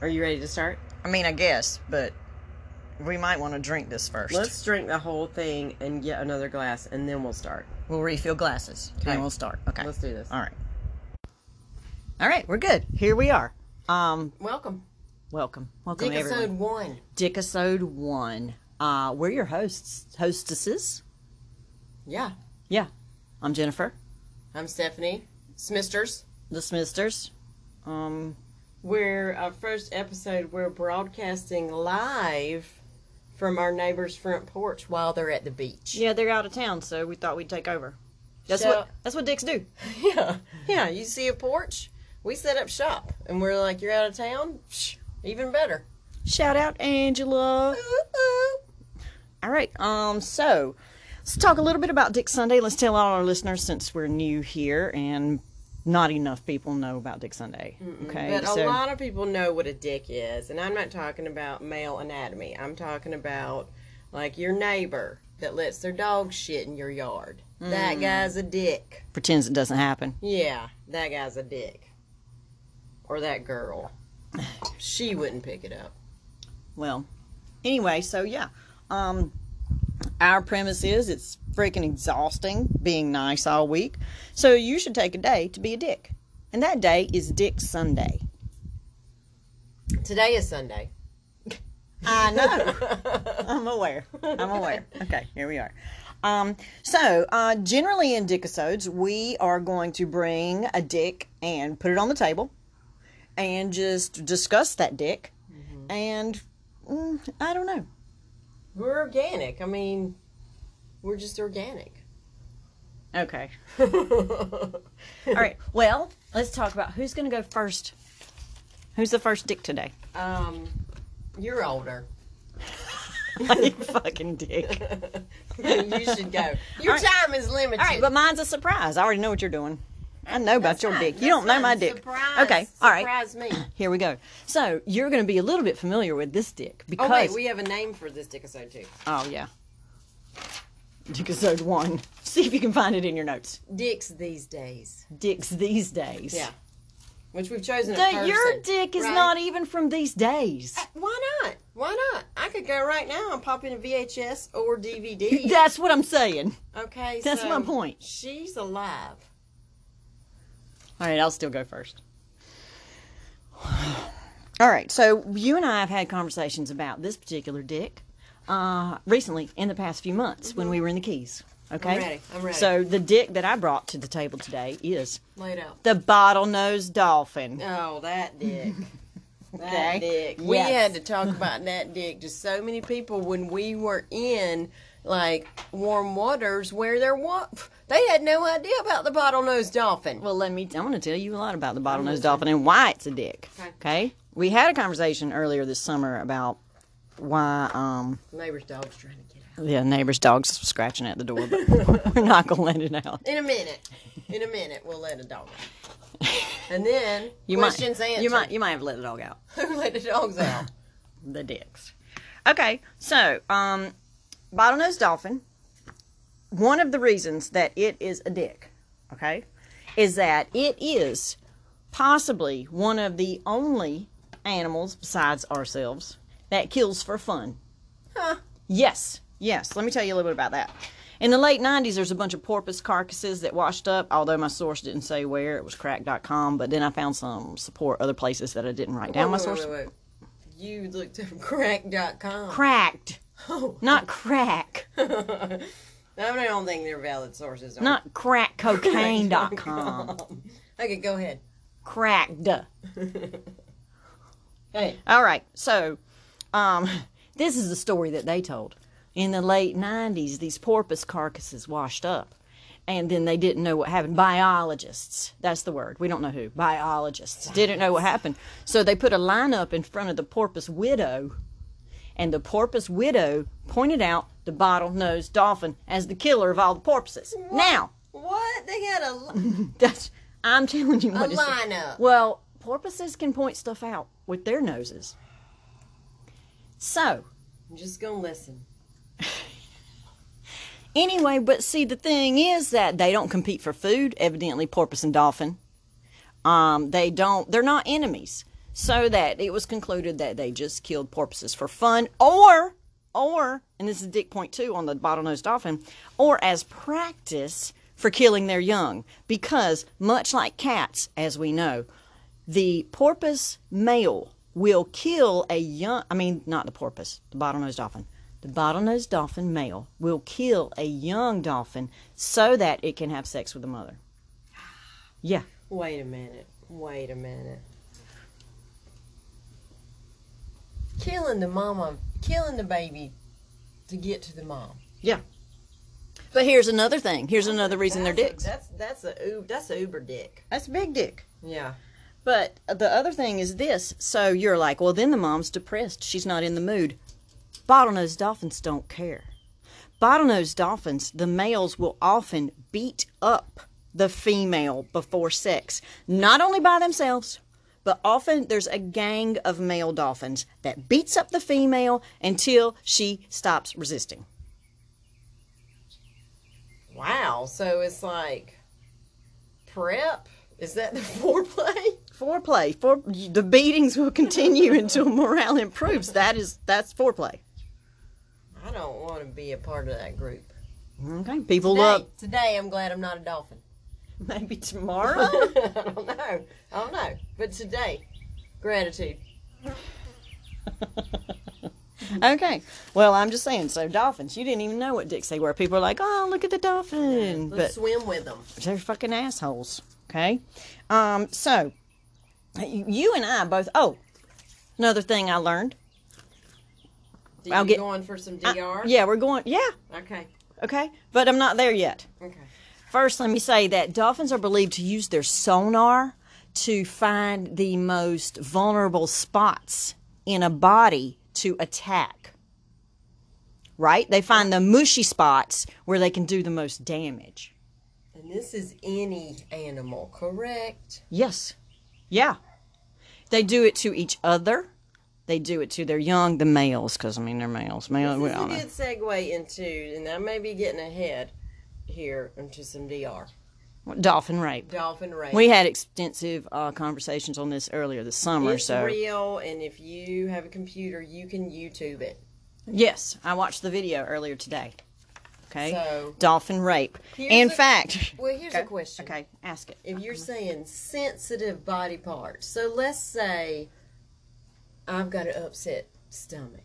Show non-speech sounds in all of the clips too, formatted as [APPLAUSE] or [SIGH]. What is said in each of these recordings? Are you ready to start? I mean, I guess, but we might want to drink this 1st Let's drink the whole thing and get another glass, and then we'll start. we'll refill glasses Okay. and we'll start. Okay. Let's do this. All right. All right, we're good. Here we are. Um, Welcome. welcome, welcome Dick everyone. episode one. Dickisode one. Uh, we're your hosts, hostesses. Yeah. Yeah, I'm Jennifer, I'm Stephanie. Smisters. the Smisters. Um, We're our first episode. We're broadcasting live from our neighbor's front porch while they're at the beach. yeah, they're out of town, so we thought we'd take over. That's So- what that's what dicks do. [LAUGHS] Yeah, yeah. You see a porch, we set up shop, and we're like, "You're out of town, Psh, even better." Shout out Angela. All right. Um. So, let's talk a little bit about Dick Sunday. Let's tell all our listeners since we're new here and not enough people know about Dick Sunday. Okay. But so, a lot of people know what a dick is, and I'm not talking about male anatomy. I'm talking about like your neighbor that lets their dog shit in your yard. That guy's a dick. pretends it doesn't happen. Yeah, that guy's a dick. Or that girl. She wouldn't pick it up. Well, anyway. So yeah. Um. Our premise is it's freaking exhausting being nice all week, so you should take a day to be a dick, and that day is Dick Sunday. Today is Sunday. I [LAUGHS] know. I'm aware. I'm aware. Okay, here we are. Um, so, uh, generally in Dickisodes, we are going to bring a dick and put it on the table and just discuss that dick. And mm, I don't know. We're organic. I mean, we're just organic. Okay. All [LAUGHS] right. Well, let's talk about who's going to go first. Who's the first dick today? [LAUGHS] um, you're older. Like, fucking dick. All you should go. Your All right. time is limited. right, but mine's a surprise. I already know what you're doing. I know about your dick. You don't know my dick. Surprise. Okay. All right. Surprise me. Here we go. So you're going to be a little bit familiar with this dick because Oh wait, we have a name for this dickisode too. oh yeah, Dickisode one. See if you can find it in your notes. Dicks these days. Dicks these days. Yeah. Which we've chosen. a Dude, your person, dick is right? Uh, not e- even from these days. Why not? Why not? I could go right now and pop in a VHS or [LAUGHS] DVD. That's what I'm saying. okay. That's so my point. She's alive. All right, I'll still go first. [SIGHS] All right, so you and I have had conversations about this particular dick uh, recently in the past few months when we were in the Keys. Okay? ready, Mm-hmm. I'm ready. So the dick that I brought to the table today is Laid out. the bottlenose dolphin. Oh, [LAUGHS] that dick. That Okay. dick. We Yes. had to talk about that dick to so many people when we were in like warm waters where there wa- they had no idea about the bottlenose dolphin. Well, let me. I'm going to tell you a lot about the bottlenose dolphin and why it's a dick. Okay. Okay. We had a conversation earlier this summer about why um, neighbor's dog's trying to get out. the neighbor's dog's scratching at the door, but [LAUGHS] we're not going to let it out. In a minute. In a minute, we'll let a dog out. And then [LAUGHS] You questions might, answered. You might. You might have let the dog out. Who [LAUGHS] let the dogs [LAUGHS] out? The dicks. Okay. So, um, bottlenose dolphin. One of the reasons that it is a dick, okay, is that it is possibly one of the only animals besides ourselves that kills for fun. Huh. Yes, yes. Let me tell you a little bit about that. In the late 90s, there's a bunch of porpoise carcasses that washed up, although my source didn't say where. It was crack.com, but then I found some support other places that I didn't write down my Wait, wait, source. wait, wait. You looked up [LAUGHS] crack.com. Cracked, Oh. not crack, I don't think they're valid sources. Are not crackcocaine.com. they? [LAUGHS] Okay, go ahead. Cracked. Hey. All right, so um, this is the story that they told. In the late 90s, these porpoise carcasses washed up, and then they didn't know what happened. Biologists, that's the word. We don't know who. Biologists didn't know what happened. So they put a line up in front of the porpoise widow, and the porpoise widow pointed out the bottlenose dolphin as the killer of all the porpoises. Now, What? They had a li- that's I'm [LAUGHS] telling you a what is lineup. well, porpoises can point stuff out with their noses. So, I'm just gonna listen. anyway, but see, the thing is that they don't compete for food, evidently, porpoise and dolphin. Um, they don't, they're not enemies. so that it was concluded that they just killed porpoises for fun or or and this is dick point two on the bottlenose dolphin or as practice for killing their young because much like cats as we know the porpoise male will kill a young i mean not the porpoise the bottlenose dolphin the bottlenose dolphin male will kill a young dolphin so that it can have sex with the mother yeah Wait a minute. Wait a minute. Killing the mama, killing the baby to get to the mom. yeah but here's another thing here's another reason they're That's a- dicks That's that's a u- that's a uber dick. that's big dick Yeah. But the other thing is this. So you're like, well, then the mom's depressed. She's not in the mood. Bottlenose dolphins don't care. Bottlenose dolphins, the males will often beat up the female before sex, not only by themselves, but often there's a gang of male dolphins that beats up the female until she stops resisting. Wow. So it's like prep. Is that the [LAUGHS] foreplay? Foreplay, for the beatings will [LAUGHS] continue until morale improves. That is that's foreplay. I don't want to be a part of that group. Okay, people Today, love today I'm glad I'm not a dolphin. maybe [LAUGHS] tomorrow. I don't know. I don't know. But today, gratitude. [LAUGHS] Okay. Well, I'm just saying. So dolphins, you didn't even know what dicks they were. People are like, "Oh, look at the dolphin," Let's but swim with them. they're fucking assholes. Okay. Um. So you you and I both. Oh, another thing I learned. Do I'll you get- going for some DR? Yeah, we're going. Yeah. Okay. Okay. But I'm not there yet. Okay. First, let me say that dolphins are believed to use their sonar to find the most vulnerable spots in a body to attack. Right? They find the mushy spots where they can do the most damage. And this is any animal, correct? Yes. Yeah. They do it to each other. They do it to their young, the males, because I mean they're males. Male, we This is all a know. good segue into, and I may be getting ahead here into some DR. Dolphin rape. Dolphin rape. We had extensive uh, conversations on this earlier this summer. it's so real, and if you have a computer, you can YouTube it. Yes, I watched the video earlier today. Okay. So- Dolphin rape. Here's In a- fact, [LAUGHS] Well, here's a question. okay, ask it. If you're saying sensitive body parts, so let's say I've got an upset stomach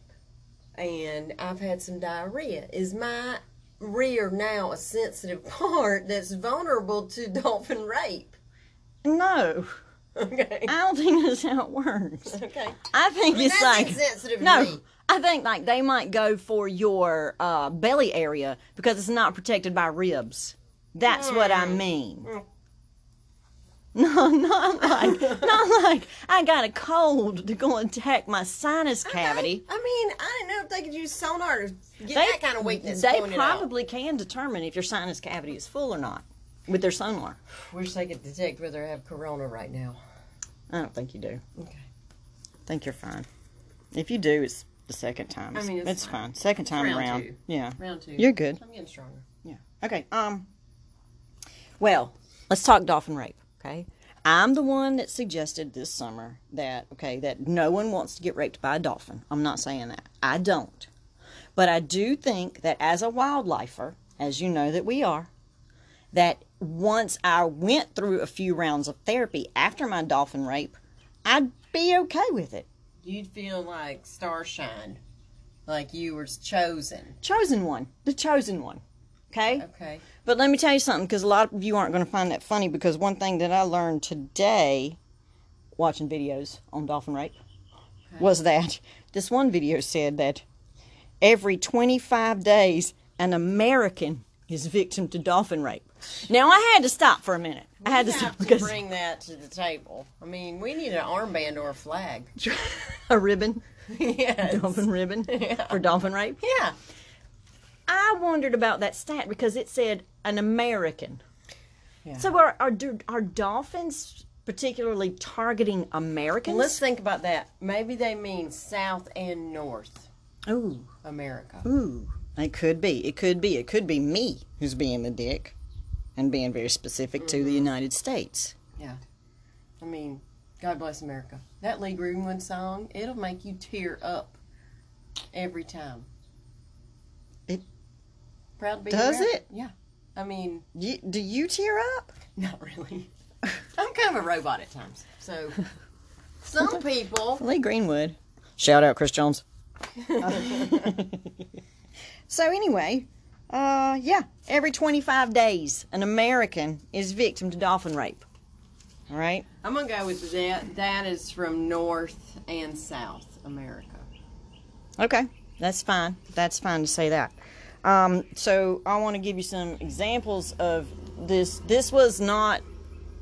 and I've had some diarrhea, is my rear now a sensitive [LAUGHS] part that's vulnerable to dolphin rape? [LAUGHS] No, Okay. I don't think that's how [LAUGHS] it works. Okay. I think it's That's like insensitive no. to me. I think like they might go for your uh, belly area because it's not protected by ribs. That's what I Hmm. mean. [LAUGHS] No, not like, not like I got a cold to go attack [LAUGHS] my sinus cavity. I mean, I didn't know if they could use sonar to get they, that kind of weakness. They pointed out. probably can determine if your sinus cavity is full or not with their sonar. Wish they could detect whether I have corona right now. I don't think you do. Okay. I think you're fine. If you do, it's the second time. I mean, it's fine. fine. Second time round around. two. Yeah. Round two. You're good. I'm getting stronger. Yeah. Okay. Um. Well, let's talk dolphin rape. Okay. I'm the one that suggested this summer that okay that no one wants to get raped by a dolphin. I'm not saying that. I don't. But I do think that as a wildlifer, as you know that we are, that once I went through a few rounds of therapy after my dolphin rape, I'd be okay with it. You'd feel like starshine, like you were chosen. Chosen one, the chosen one. Okay? Okay. But let me tell you something, because a lot of you aren't going to find that funny. Because one thing that I learned today, watching videos on dolphin rape, was that this one video said that every 25 days an American is victim to dolphin rape. Now I had to stop for a minute. I had to We stop have to because bring that to the table. I mean, we need an armband or a [LAUGHS] flag. a ribbon, yes. dolphin ribbon [LAUGHS] for dolphin rape. Yeah. I wondered about that stat because it said an American. Yeah. So are are, do, are dolphins particularly targeting Americans? Let's think about that. Maybe they mean South and North ooh, America. ooh, it could be. It could be. It could be me who's being the Mm-hmm. dick, and being very specific to the United States. Yeah. I mean, God bless America. That Lee Greenwood song, it'll make you tear up every time. It proud to be a does rebel. it? Yeah. I mean, You, do you tear up? [LAUGHS] not really. I'm kind of a robot at times. [LAUGHS] So some people Lee Greenwood. Shout out Chris Jones. [LAUGHS] so anyway, uh, yeah, every 25 days, an American is victim to dolphin rape. All right. I'm gonna go with that. That is from North and South America. Okay, that's fine. That's fine to say that. Um, so I want to give you some examples of this. This was not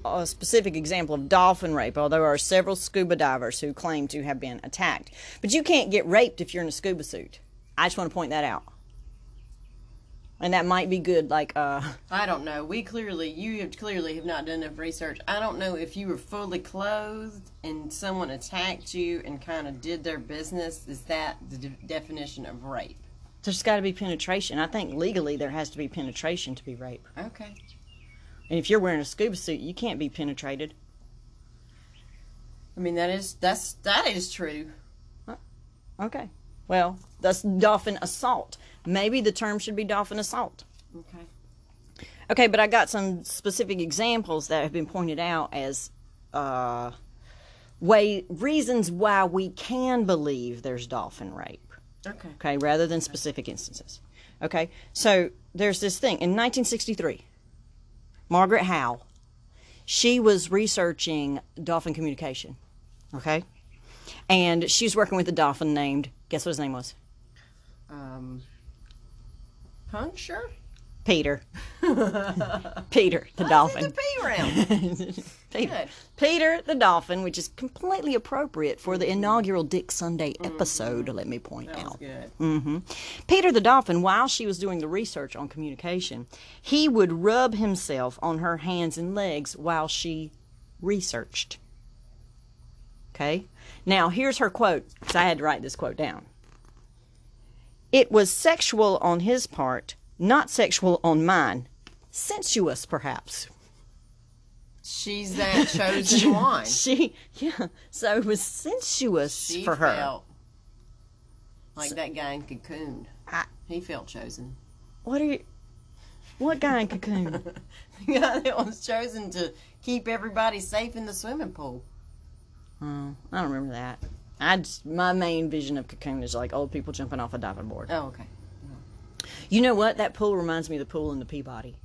a specific example of dolphin rape, although there are several scuba divers who claim to have been attacked. But you can't get raped if you're in a scuba suit. I just want to point that out. And that might be good, like uh, [LAUGHS] I don't know. We clearly, you have clearly have not done enough research. I don't know if you were fully clothed and someone attacked you and kind of did their business. Is that the de- definition of rape? there's got to be penetration. I think legally there has to be penetration to be rape. Okay. And if you're wearing a scuba suit, you can't be penetrated. I mean that is that's that is true. Okay. Well, that's dolphin assault. Maybe the term should be dolphin assault. Okay. Okay, but I got some specific examples that have been pointed out as uh, way reasons why we can believe there's dolphin rape. Okay. Okay, rather than specific instances. Okay, so there's this thing in 1963. Margaret Howe, she was researching dolphin communication. Okay, and she was working with a dolphin named guess what his name was. Um. Puncture. [LAUGHS] Peter. Peter the dolphin. The pee round. Peter. Peter the dolphin, which is completely appropriate for the inaugural Dick Sunday episode, let me point Mm-hmm. That was out. good. hmm Peter the dolphin, while she was doing the research on communication, he would rub himself on her hands and legs while she researched. Okay? Now, here's her quote, 'cause I had to write this quote down. It was sexual on his part, not sexual on mine. Sensuous, perhaps. She's that chosen one. [LAUGHS] She, [LAUGHS] yeah. So it was sensuous She for her. felt like that guy in Cocoon. I- he felt chosen. [LAUGHS] What are you? What guy in cocoon? The guy that was chosen to keep everybody safe in the swimming pool. oh, I don't remember that. I just, my main vision of cocoon is like old people jumping off a diving board. Oh, okay. You know what? That pool reminds me of the pool in the Peabody.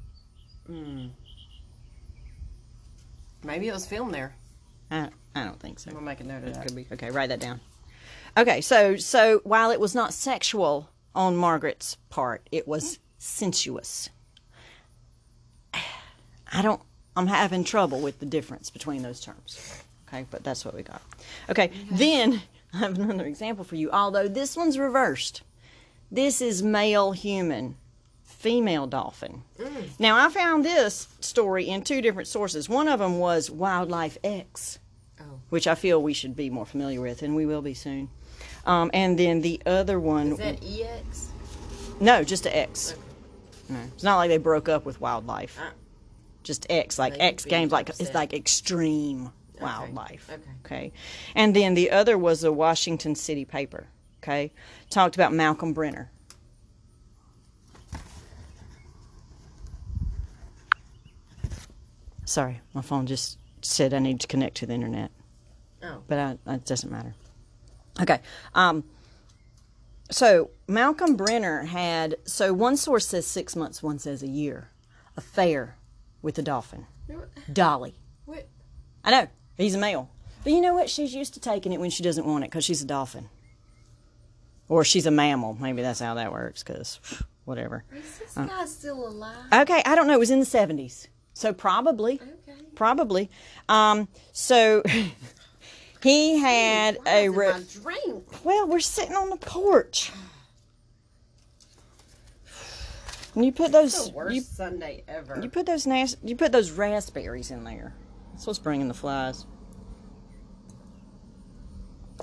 Maybe it was filmed there. I, I don't think so. I'm gonna make a note of that. Could be. Okay, write that down. Okay, so so while it was not sexual on Margaret's part, it was sensuous. [SIGHS] I don't. I'm having trouble with the difference between those terms. Okay, but that's what we got. Okay, then [LAUGHS] I have another example for you. Although this one's reversed. This is male human, female dolphin. Now I found this story in two different sources. One of them was Wildlife X Oh. which I feel we should be more familiar with, and we will be soon. Um, and then the other one, Is that E EX? no, just a X. No, it's not like they broke up with wildlife. Ah. Just X, like They X would be games, like upset. it's like extreme wildlife. okay. Okay. And then the other was a Washington City paper. Okay, talked about Malcolm Brenner. Sorry, my phone just said I need to connect to the internet Oh, but I, it doesn't matter. Okay. Um, so Malcolm Brenner had, so one source says six months, one says a year, affair with a dolphin, Dolly. what? I know, he's a male. But you know what? She's used to taking it when she doesn't want it because she's a dolphin. Or she's a mammal. Maybe that's how that works because [SIGHS] whatever. Is this Uh. guy still alive? Okay, I don't know. It was in the 70s. So probably. Okay. Probably. Um, so [LAUGHS] he had a. Why re- is it my drink? well, we're sitting on the porch. And you put those The worst you, Sunday ever. you put those nas- you put those raspberries in there. That's what's bringing the flies.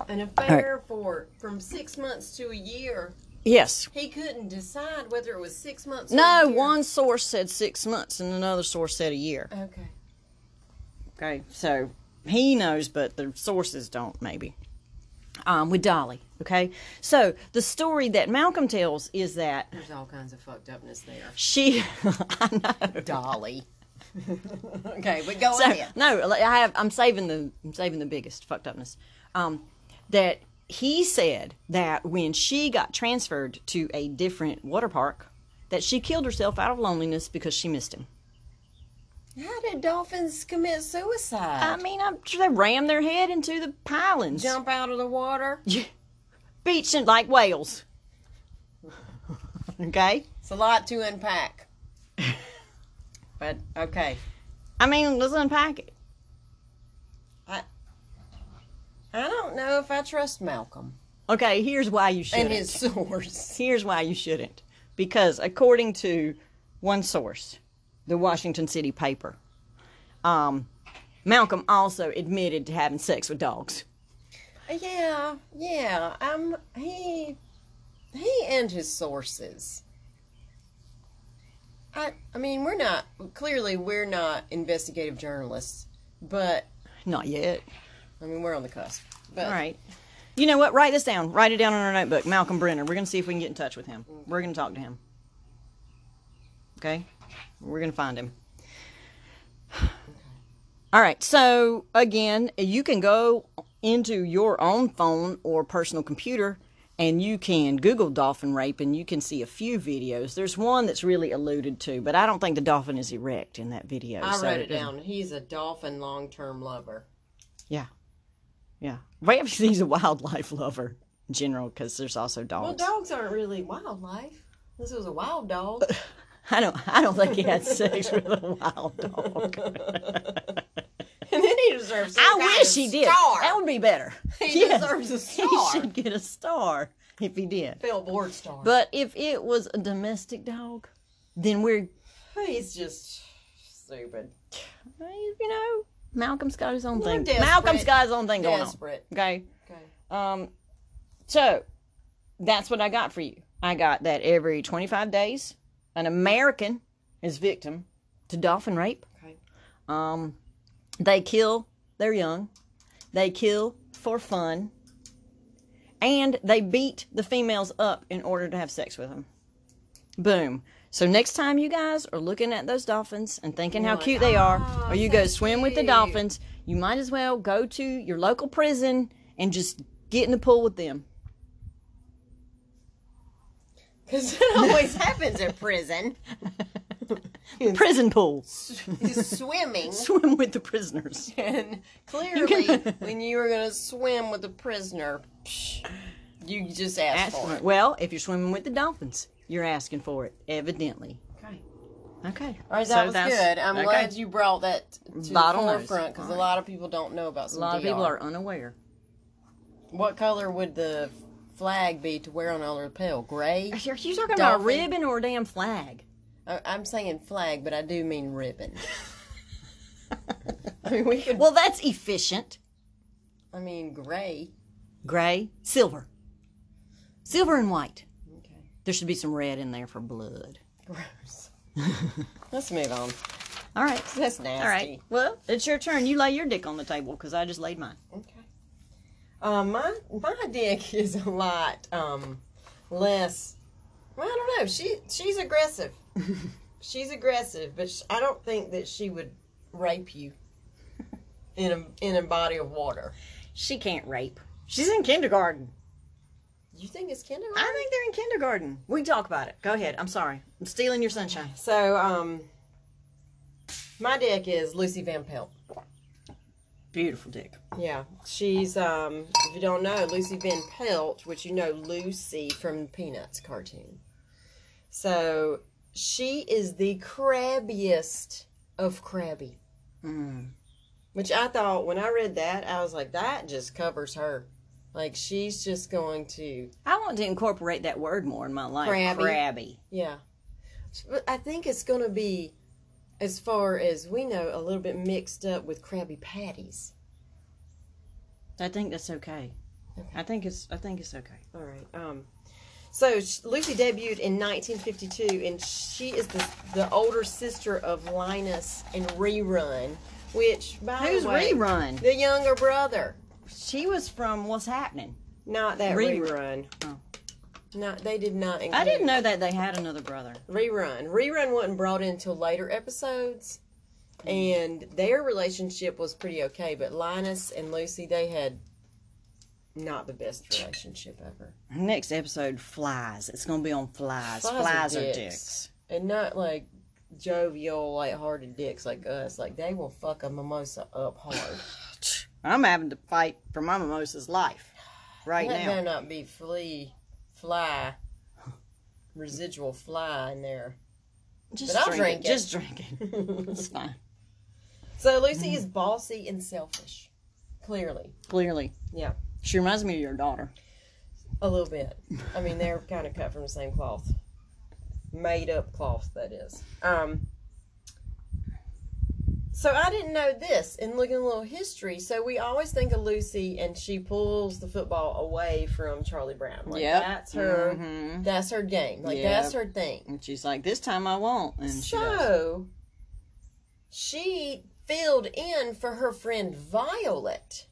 An affair for from six months to a year. Yes. He couldn't decide whether it was six months. or No, a year. one source said six months and another source said a year. Okay. Okay, so he knows, but the sources don't, maybe. Um, with Dolly, okay? So the story that Malcolm tells is that There's all kinds of fucked upness there. she, [LAUGHS] I know. [LAUGHS] Dolly. okay, but go So, ahead. no, like, I have. I'm saving the. I'm saving the biggest fucked upness. Um, that he said that when she got transferred to a different water park, that she killed herself out of loneliness because she missed him. How did dolphins commit suicide? I mean, I'm sure they rammed their head into the pilings, [LAUGHS] Jump out of the water. beaching like [LAUGHS] whales. okay. It's a lot to [LAUGHS] unpack. but okay, I mean, let's unpack it. I I don't know if I trust Malcolm Okay, here's why you shouldn't. and his source. Here's why you shouldn't. Because according to one source, the Washington City paper, um, Malcolm also admitted to having sex with dogs. [LAUGHS] Yeah, yeah. Um, he he and his sources. I I mean, we're not clearly we're not investigative journalists, but Not yet. I mean, we're on the cusp. But All right. You know what? Write this down. Write it down in our notebook. Malcolm Brenner. We're going to see if we can get in touch with him. We're going to talk to him. Okay? We're going to find him. [SIGHS] All right. So, again, you can go into your own phone or personal computer and you can Google dolphin rape and you can see a few videos. There's one that's really alluded to, but I don't think the dolphin is erect in that video. I so wrote it doesn't- down. He's a dolphin long-term lover. Yeah. Yeah. Perhaps he's a wildlife lover in general because there's also Well, dogs. dogs aren't really wildlife. This was a wild [LAUGHS] dog. I don't I don't think he had sex with a [LAUGHS] wild dog. And then he deserves. some I kind wish of he did. Star. That would be [LAUGHS] better. He Yes. deserves a [LAUGHS] He star. should get a star if he did. Billboard star. But if it was a domestic dog, then we're he's just stupid. you know, Malcolm's got his own thing. desperate. Malcolm's got his own thing going Desperate. on. Okay. Okay. Um, so that's what I got for you. I got that every 25 days, an American is victim to dolphin rape. Okay. Um, they kill their young, they kill for fun, and they beat the females up in order to have sex with them. Boom. So next time you guys are looking at those dolphins and thinking how like, cute they are, "Ah, or you go so swim with the cute." dolphins, you might as well go to your local prison and just get in the pool with them. Because [LAUGHS] it always happens at prison. Prison pool. He's swimming. [LAUGHS] Swim with the prisoners. And clearly, when you were going to swim with a prisoner, psh, you just asked for it. Well, if you're swimming with the dolphins, you're asking for it, evidently. Okay. Okay. All right, that So was that's- good. I'm okay. glad you brought that to Bottlenose. the forefront because a lot of people don't know about A some lot of DR. people are unaware. What color would the flag be to wear on a lapel? Gray? You're, talking about about a ribbon or a damn flag. I- I'm saying flag, but I do mean ribbon. I mean, we could. Well, that's efficient. I mean, gray. Gray, silver. Silver and white. Okay. There should be some red in there for blood. Gross. Let's move on. All right. That's nasty. All right. Well, it's your turn. You lay your dick on the table because I just laid mine. Okay. Uh, my my dick is a lot um less. Well, I don't know. She she's aggressive. she's aggressive, but sh I don't think that she would rape you in a in a body of water. She can't rape. She's in kindergarten. You think it's kindergarten? I think they're in kindergarten. We talk about it. Go ahead. I'm sorry. I'm stealing your sunshine. So um, my dick is Lucy Van Pelt. Beautiful dick. Yeah, she's um. If you don't know Lucy Van Pelt, which you know Lucy from the Peanuts cartoon, so she is the crabbiest of crabby. Mm. Which I thought when I read that, I was like, that just covers her. Like she's just going to I want to incorporate that word more in my life. Crabby. Crabby. yeah. But I think it's going to be, as far as we know, a little bit mixed up with Krabby Patties. I think that's okay. I think it's. I think it's okay. All right. Um, so sh- Lucy debuted in 1952, and she is the, the older sister of Linus and Rerun, Which by Who's the way, Rerun? The younger brother. She was from What's Happening. Not that Rerun. rerun. Oh. Not they did not include I didn't know that they had another brother. rerun. Rerun wasn't brought into later episodes, and their relationship was pretty okay. But Linus and Lucy, they had not the best relationship ever, Next episode, flies. It's gonna be on flies. Flies are Flies, are, dicks. dicks. and not like jovial, light-hearted dicks like us. Like they will fuck a mimosa up hard. I'm having to fight for my mimosa's life right Let there now. not be flea, fly, residual fly in there. Just But I'll drink drink, it. it. Just drink it. It's fine. So Lucy is bossy and selfish, clearly. Clearly, Yeah, she reminds me of your daughter. a little bit. I mean, they're kind of cut from the same cloth, made up cloth that is. Um. So I didn't know this in looking at a little history. So we always think of Lucy and she pulls the football away from Charlie Brown. Like Yep. that's her Mhm. that's her game. Like Yep. that's her thing. And she's like, "This time I won't." And she does. So she filled in for her friend Violet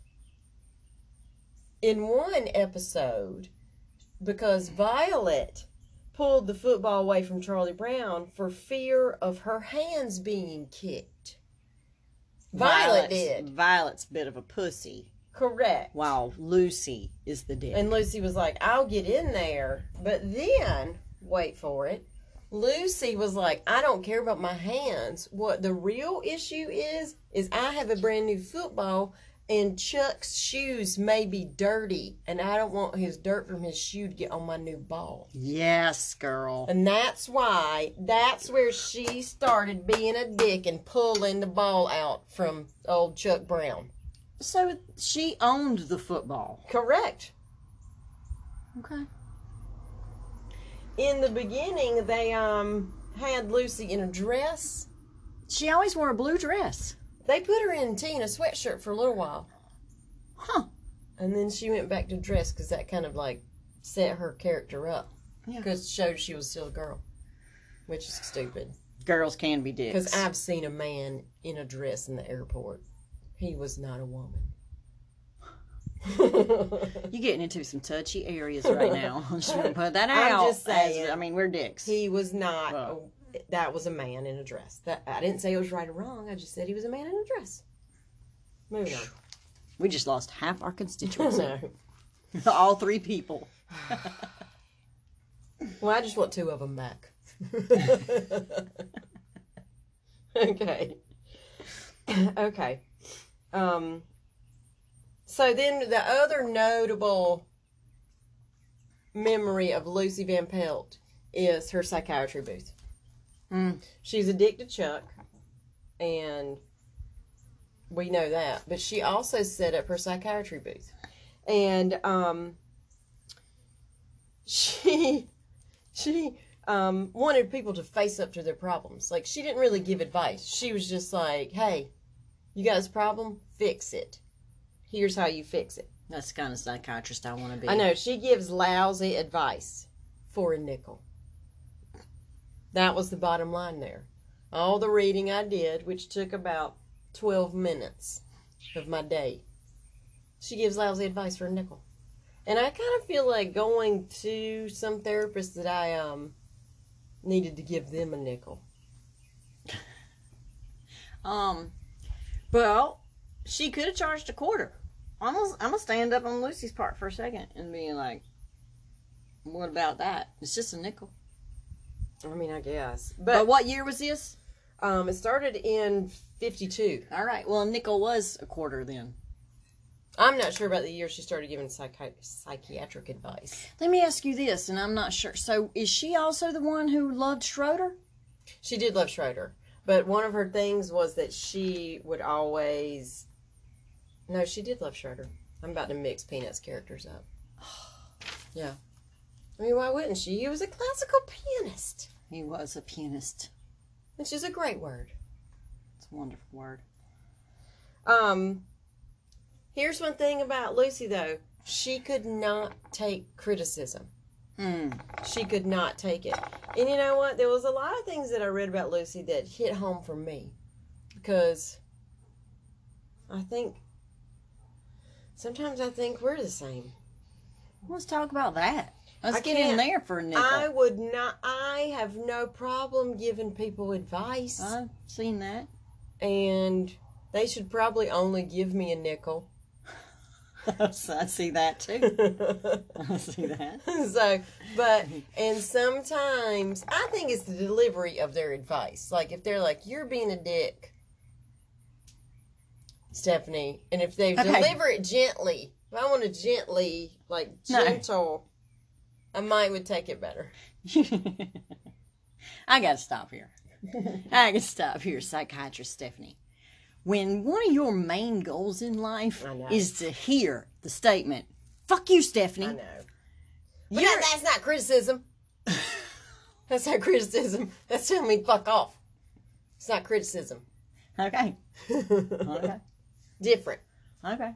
in one episode because Violet pulled the football away from Charlie Brown for fear of her hands being kicked. Violet Violet's- did. Violet's a bit of a pussy, Correct. while Lucy is the dick. And Lucy was like, I'll get in there. But then, wait for it. Lucy was like, I don't care about my hands. What the real issue is, is I have a brand new football and Chuck's shoes may be dirty and I don't want his dirt from his shoe to get on my new ball. yes, girl. And that's why, that's where she started being a dick and pulling the ball out from old Chuck Brown. So she owned the football. Correct. Okay. In the beginning, they um had Lucy in a dress. She always wore a blue dress. They put her in tea and a sweatshirt for a little while, Huh. and then she went back to dress because that kind of like set her character up. Yeah. Because it showed she was still a girl, which is stupid. Girls can be dicks. Because I've seen a man in a dress in the airport. He was not a woman. [LAUGHS] You're getting into some touchy areas [LAUGHS] right now. [LAUGHS] I'm just gonna put that I'm out. just saying. As- I mean, we're dicks. he was not. Well. a- that was a man in a dress. That I didn't say it was right or wrong. I just said he was a man in a dress. Moving [LAUGHS] on. We just lost half [LAUGHS] our constituency. No. All three people. Well, I just want two of them back. [LAUGHS] okay. [COUGHS] okay. Um, so then the other notable memory of Lucy Van Pelt is her psychiatry booth. Mm. She's addicted to Chuck, and we know that. But she also set up her psychiatry booth. And um, [LAUGHS] she she um, wanted people to face up to their problems. Like she didn't really give advice. She was just like, "Hey, you got this problem? Fix it. Here's how you fix it." That's the kind of psychiatrist I want to be. I know she gives lousy advice for a nickel. That was the bottom line there. All the reading I did, which took about 12 minutes of my day, she gives lousy advice for a nickel. And I kind of feel like going to some therapist that I um needed to give them a nickel. Um, well, she could have charged a quarter. I'm gonna, I'm gonna stand up on Lucy's part for a second and be like, "What about that? It's just a nickel." I mean, I guess. But But what year was this? um it started in 52. All right. Well, a nickel was a quarter then. I'm not sure about the year she started giving psychi- psychiatric advice. Let me ask you this, and I'm not sure. So, is she also the one who loved Schroeder? She did love Schroeder, but one of her things was that she would always. No, she did love Schroeder. I'm about to mix Peanuts characters up. [SIGHS] Yeah. I mean, why wouldn't she? He was a classical pianist, He was a pianist. which is a great word. It's a wonderful word. Um, here's one thing about Lucy though: she could not take criticism. Hmm. She could not take it. And you know what? There was a lot of things that I read about Lucy that hit home for me because I think sometimes I think we're the same. Let's talk about that. Let's I get in can't- there for a nickel. I I, would not. I have no problem giving people advice, have seen that. [LAUGHS] and they should probably only give me a nickel. [LAUGHS] I see that too. [LAUGHS] I see that. [LAUGHS] so, but and sometimes I think it's the delivery of their advice. Like if they're like, "You're being a dick, Stephanie," and if they Okay. deliver it gently, if I want to gently, like No. gentle, I might would take it better. [LAUGHS] I gotta stop here. I gotta stop here, psychiatrist Stephanie. When one of your main goals in life I know. is to hear the statement, fuck you, Stephanie. I know, but You're- that, that's not criticism. [LAUGHS] that's not criticism. That's telling me fuck off. It's not criticism. Okay. Okay. [LAUGHS] Different. Okay.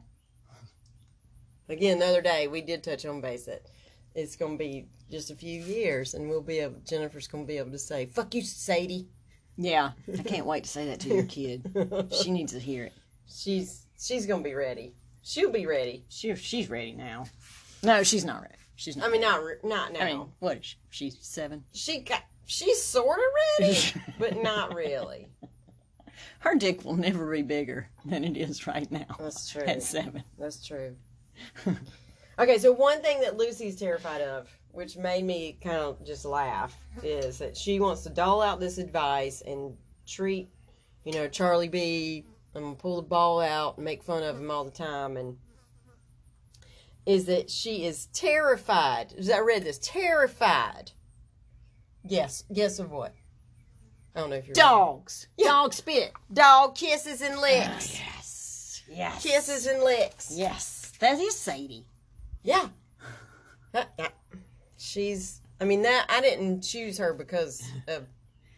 again the other day we did touch on base that it's going to be just a few years and we'll be able jennifer's going to be able to say fuck you sadie [LAUGHS] Yeah. I can't wait to say that to your kid. She needs to hear it. she's she's going to be ready she'll be ready She, she's ready now. No, she's not ready. She's not. i mean not re- not now I mean, what is she? She's seven. she got she's sort of [LAUGHS] ready but not really Her dick will never be bigger than it is right now. That's true. At seven. that's true [LAUGHS] okay so one thing that lucy's terrified of which made me kind of just laugh is that she wants to dole out this advice and treat you know, Charlie B. I'm gonna pull the ball out and make fun of him all the time, and is that she is terrified? I read this terrified. Yes, guess of what? I don't know if you're Dogs. Dog spit. dog kisses and licks, Yes. Yes. kisses and licks. Yes. That is Sadie. Yeah. Uh, uh, She's. I mean that I didn't choose her because of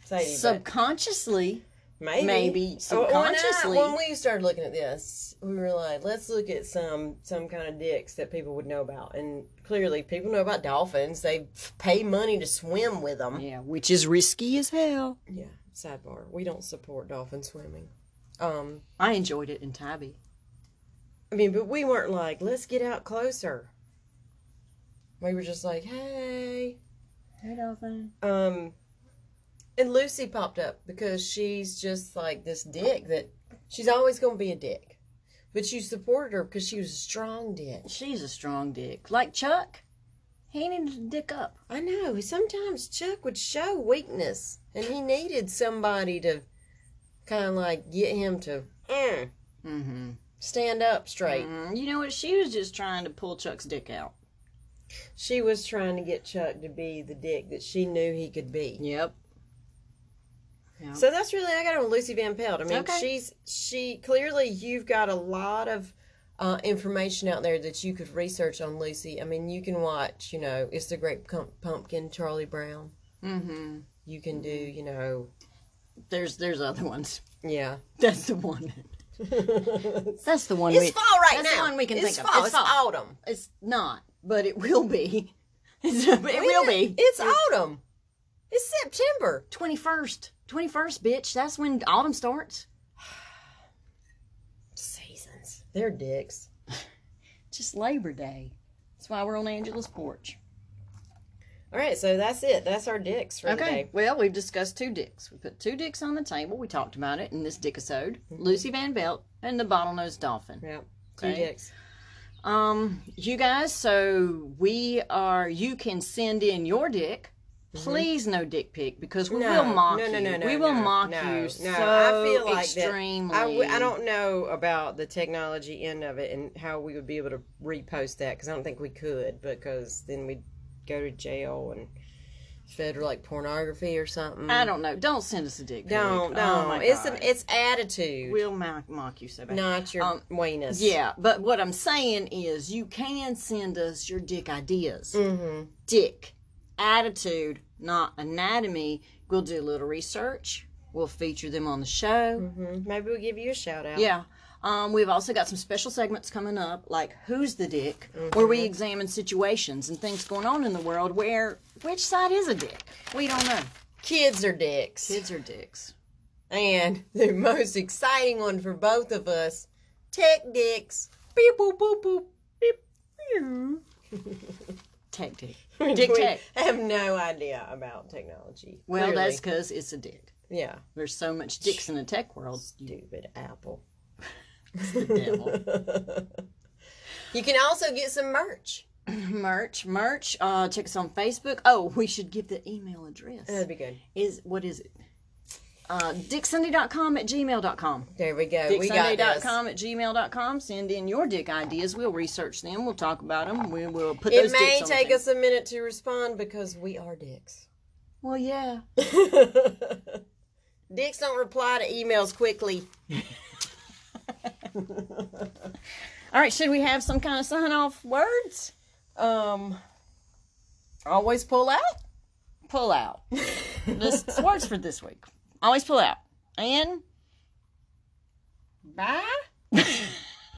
Sadie. but- Subconsciously. Maybe. Oh, Maybe subconsciously. When, I, when we started looking at this, we were like, let's look at some some kind of dicks that people would know about. And clearly, people know about dolphins. They f- pay money to swim with them. Yeah, which is risky as hell. Yeah. Sidebar: We don't support dolphin swimming. Um, I enjoyed it in Tybee. I mean, but we weren't like, let's get out closer. We were just like, hey. Hey, Dolphin. Um, and Lucy popped up because she's just like this dick that she's always going to be a dick. But you supported her because she was a strong dick. She's a strong dick. Like Chuck. He needed to dick up. I know. Sometimes Chuck would show weakness, and he needed somebody to kind of like get him to eh, Mm-hmm. stand up straight. Mm, You know what? She was just trying to pull Chuck's dick out. She was trying to get Chuck to be the dick that she knew he could be. Yep. So that's really I got on Lucy Van Pelt. I mean, Okay. she's she clearly you've got a lot of uh, information out there that you could research on Lucy. I mean, you can watch, you know, it's the Great Pump- Pumpkin, Charlie Brown. Mm-hmm. You can do, you know, There's there's other ones. [LAUGHS] yeah. That's the one. That's the one. It's we, fall right that's now. the one we can it's think of. fall. It's It's fall. autumn. It's not, but it will be. [LAUGHS] It's, it will be. It's autumn. It's September. Twenty first, twenty first, bitch. That's when autumn starts. Seasons. They're dicks. Just Labor Day. That's why we're on Angela's porch. All right, so that's it. That's our dicks for the Okay. day. Well, we've discussed two dicks. We put two dicks on the table. We talked about it in this dickisode. Lucy Van Belt and the bottlenose dolphin. Yeah. Two Okay. dicks. Um, you guys, so we are. You can send in your dick. Please, no dick pic because we Mm-hmm. No, will mock no, no, you. no, no, we will no, mock no, you no. so I feel like that- extremely. I, w- I don't know about the technology end of it and how we would be able to repost that because I don't think we could because then we'd go to jail and federal like pornography or something. I don't know. Don't send us a dick. pic. Don't, Oh, don't. my it's an, God. it's attitude, we'll mock, mock you so bad. not your um, weenus. Yeah, but what I'm saying is, you can send us your dick ideas. Mm-hmm. dick attitude, not anatomy. We'll do a little research. We'll feature them on the show. hmm Maybe we'll give you a shout out. Yeah. Um, we've also got some special segments coming up, like Who's the Dick, Mm-hmm. where we examine situations and things going on in the world where which side is a dick? We don't know. Kids are dicks. Kids are dicks. And the most exciting one for both of us Tech dicks. Beep, boop, boop, boop. Beep. meow. Tech dick. [LAUGHS] We Dick tech. have no idea about technology. Well, Clearly. that's because it's a dick. yeah. There's so much dicks in the tech world. You Stupid Apple. [LAUGHS] devil. You can also get some merch. merch, merch. Uh, check us on Facebook. Oh, we should give the email address. That'd be good. is what is it? Uh, dicksunday.com at gmail.com. There we go. We got this. Dicksunday.com at gmail.com. Send in your dick ideas. We'll research them. We'll talk about them. We will put It those may dicks on the take thing. us a minute to respond because we are dicks. [LAUGHS] Well, yeah. Dicks don't reply to emails quickly. All right. Should we have some kind of sign off words? Um, Always pull out. Pull out. [LAUGHS] this it's words for this week. Always pull out. And bye.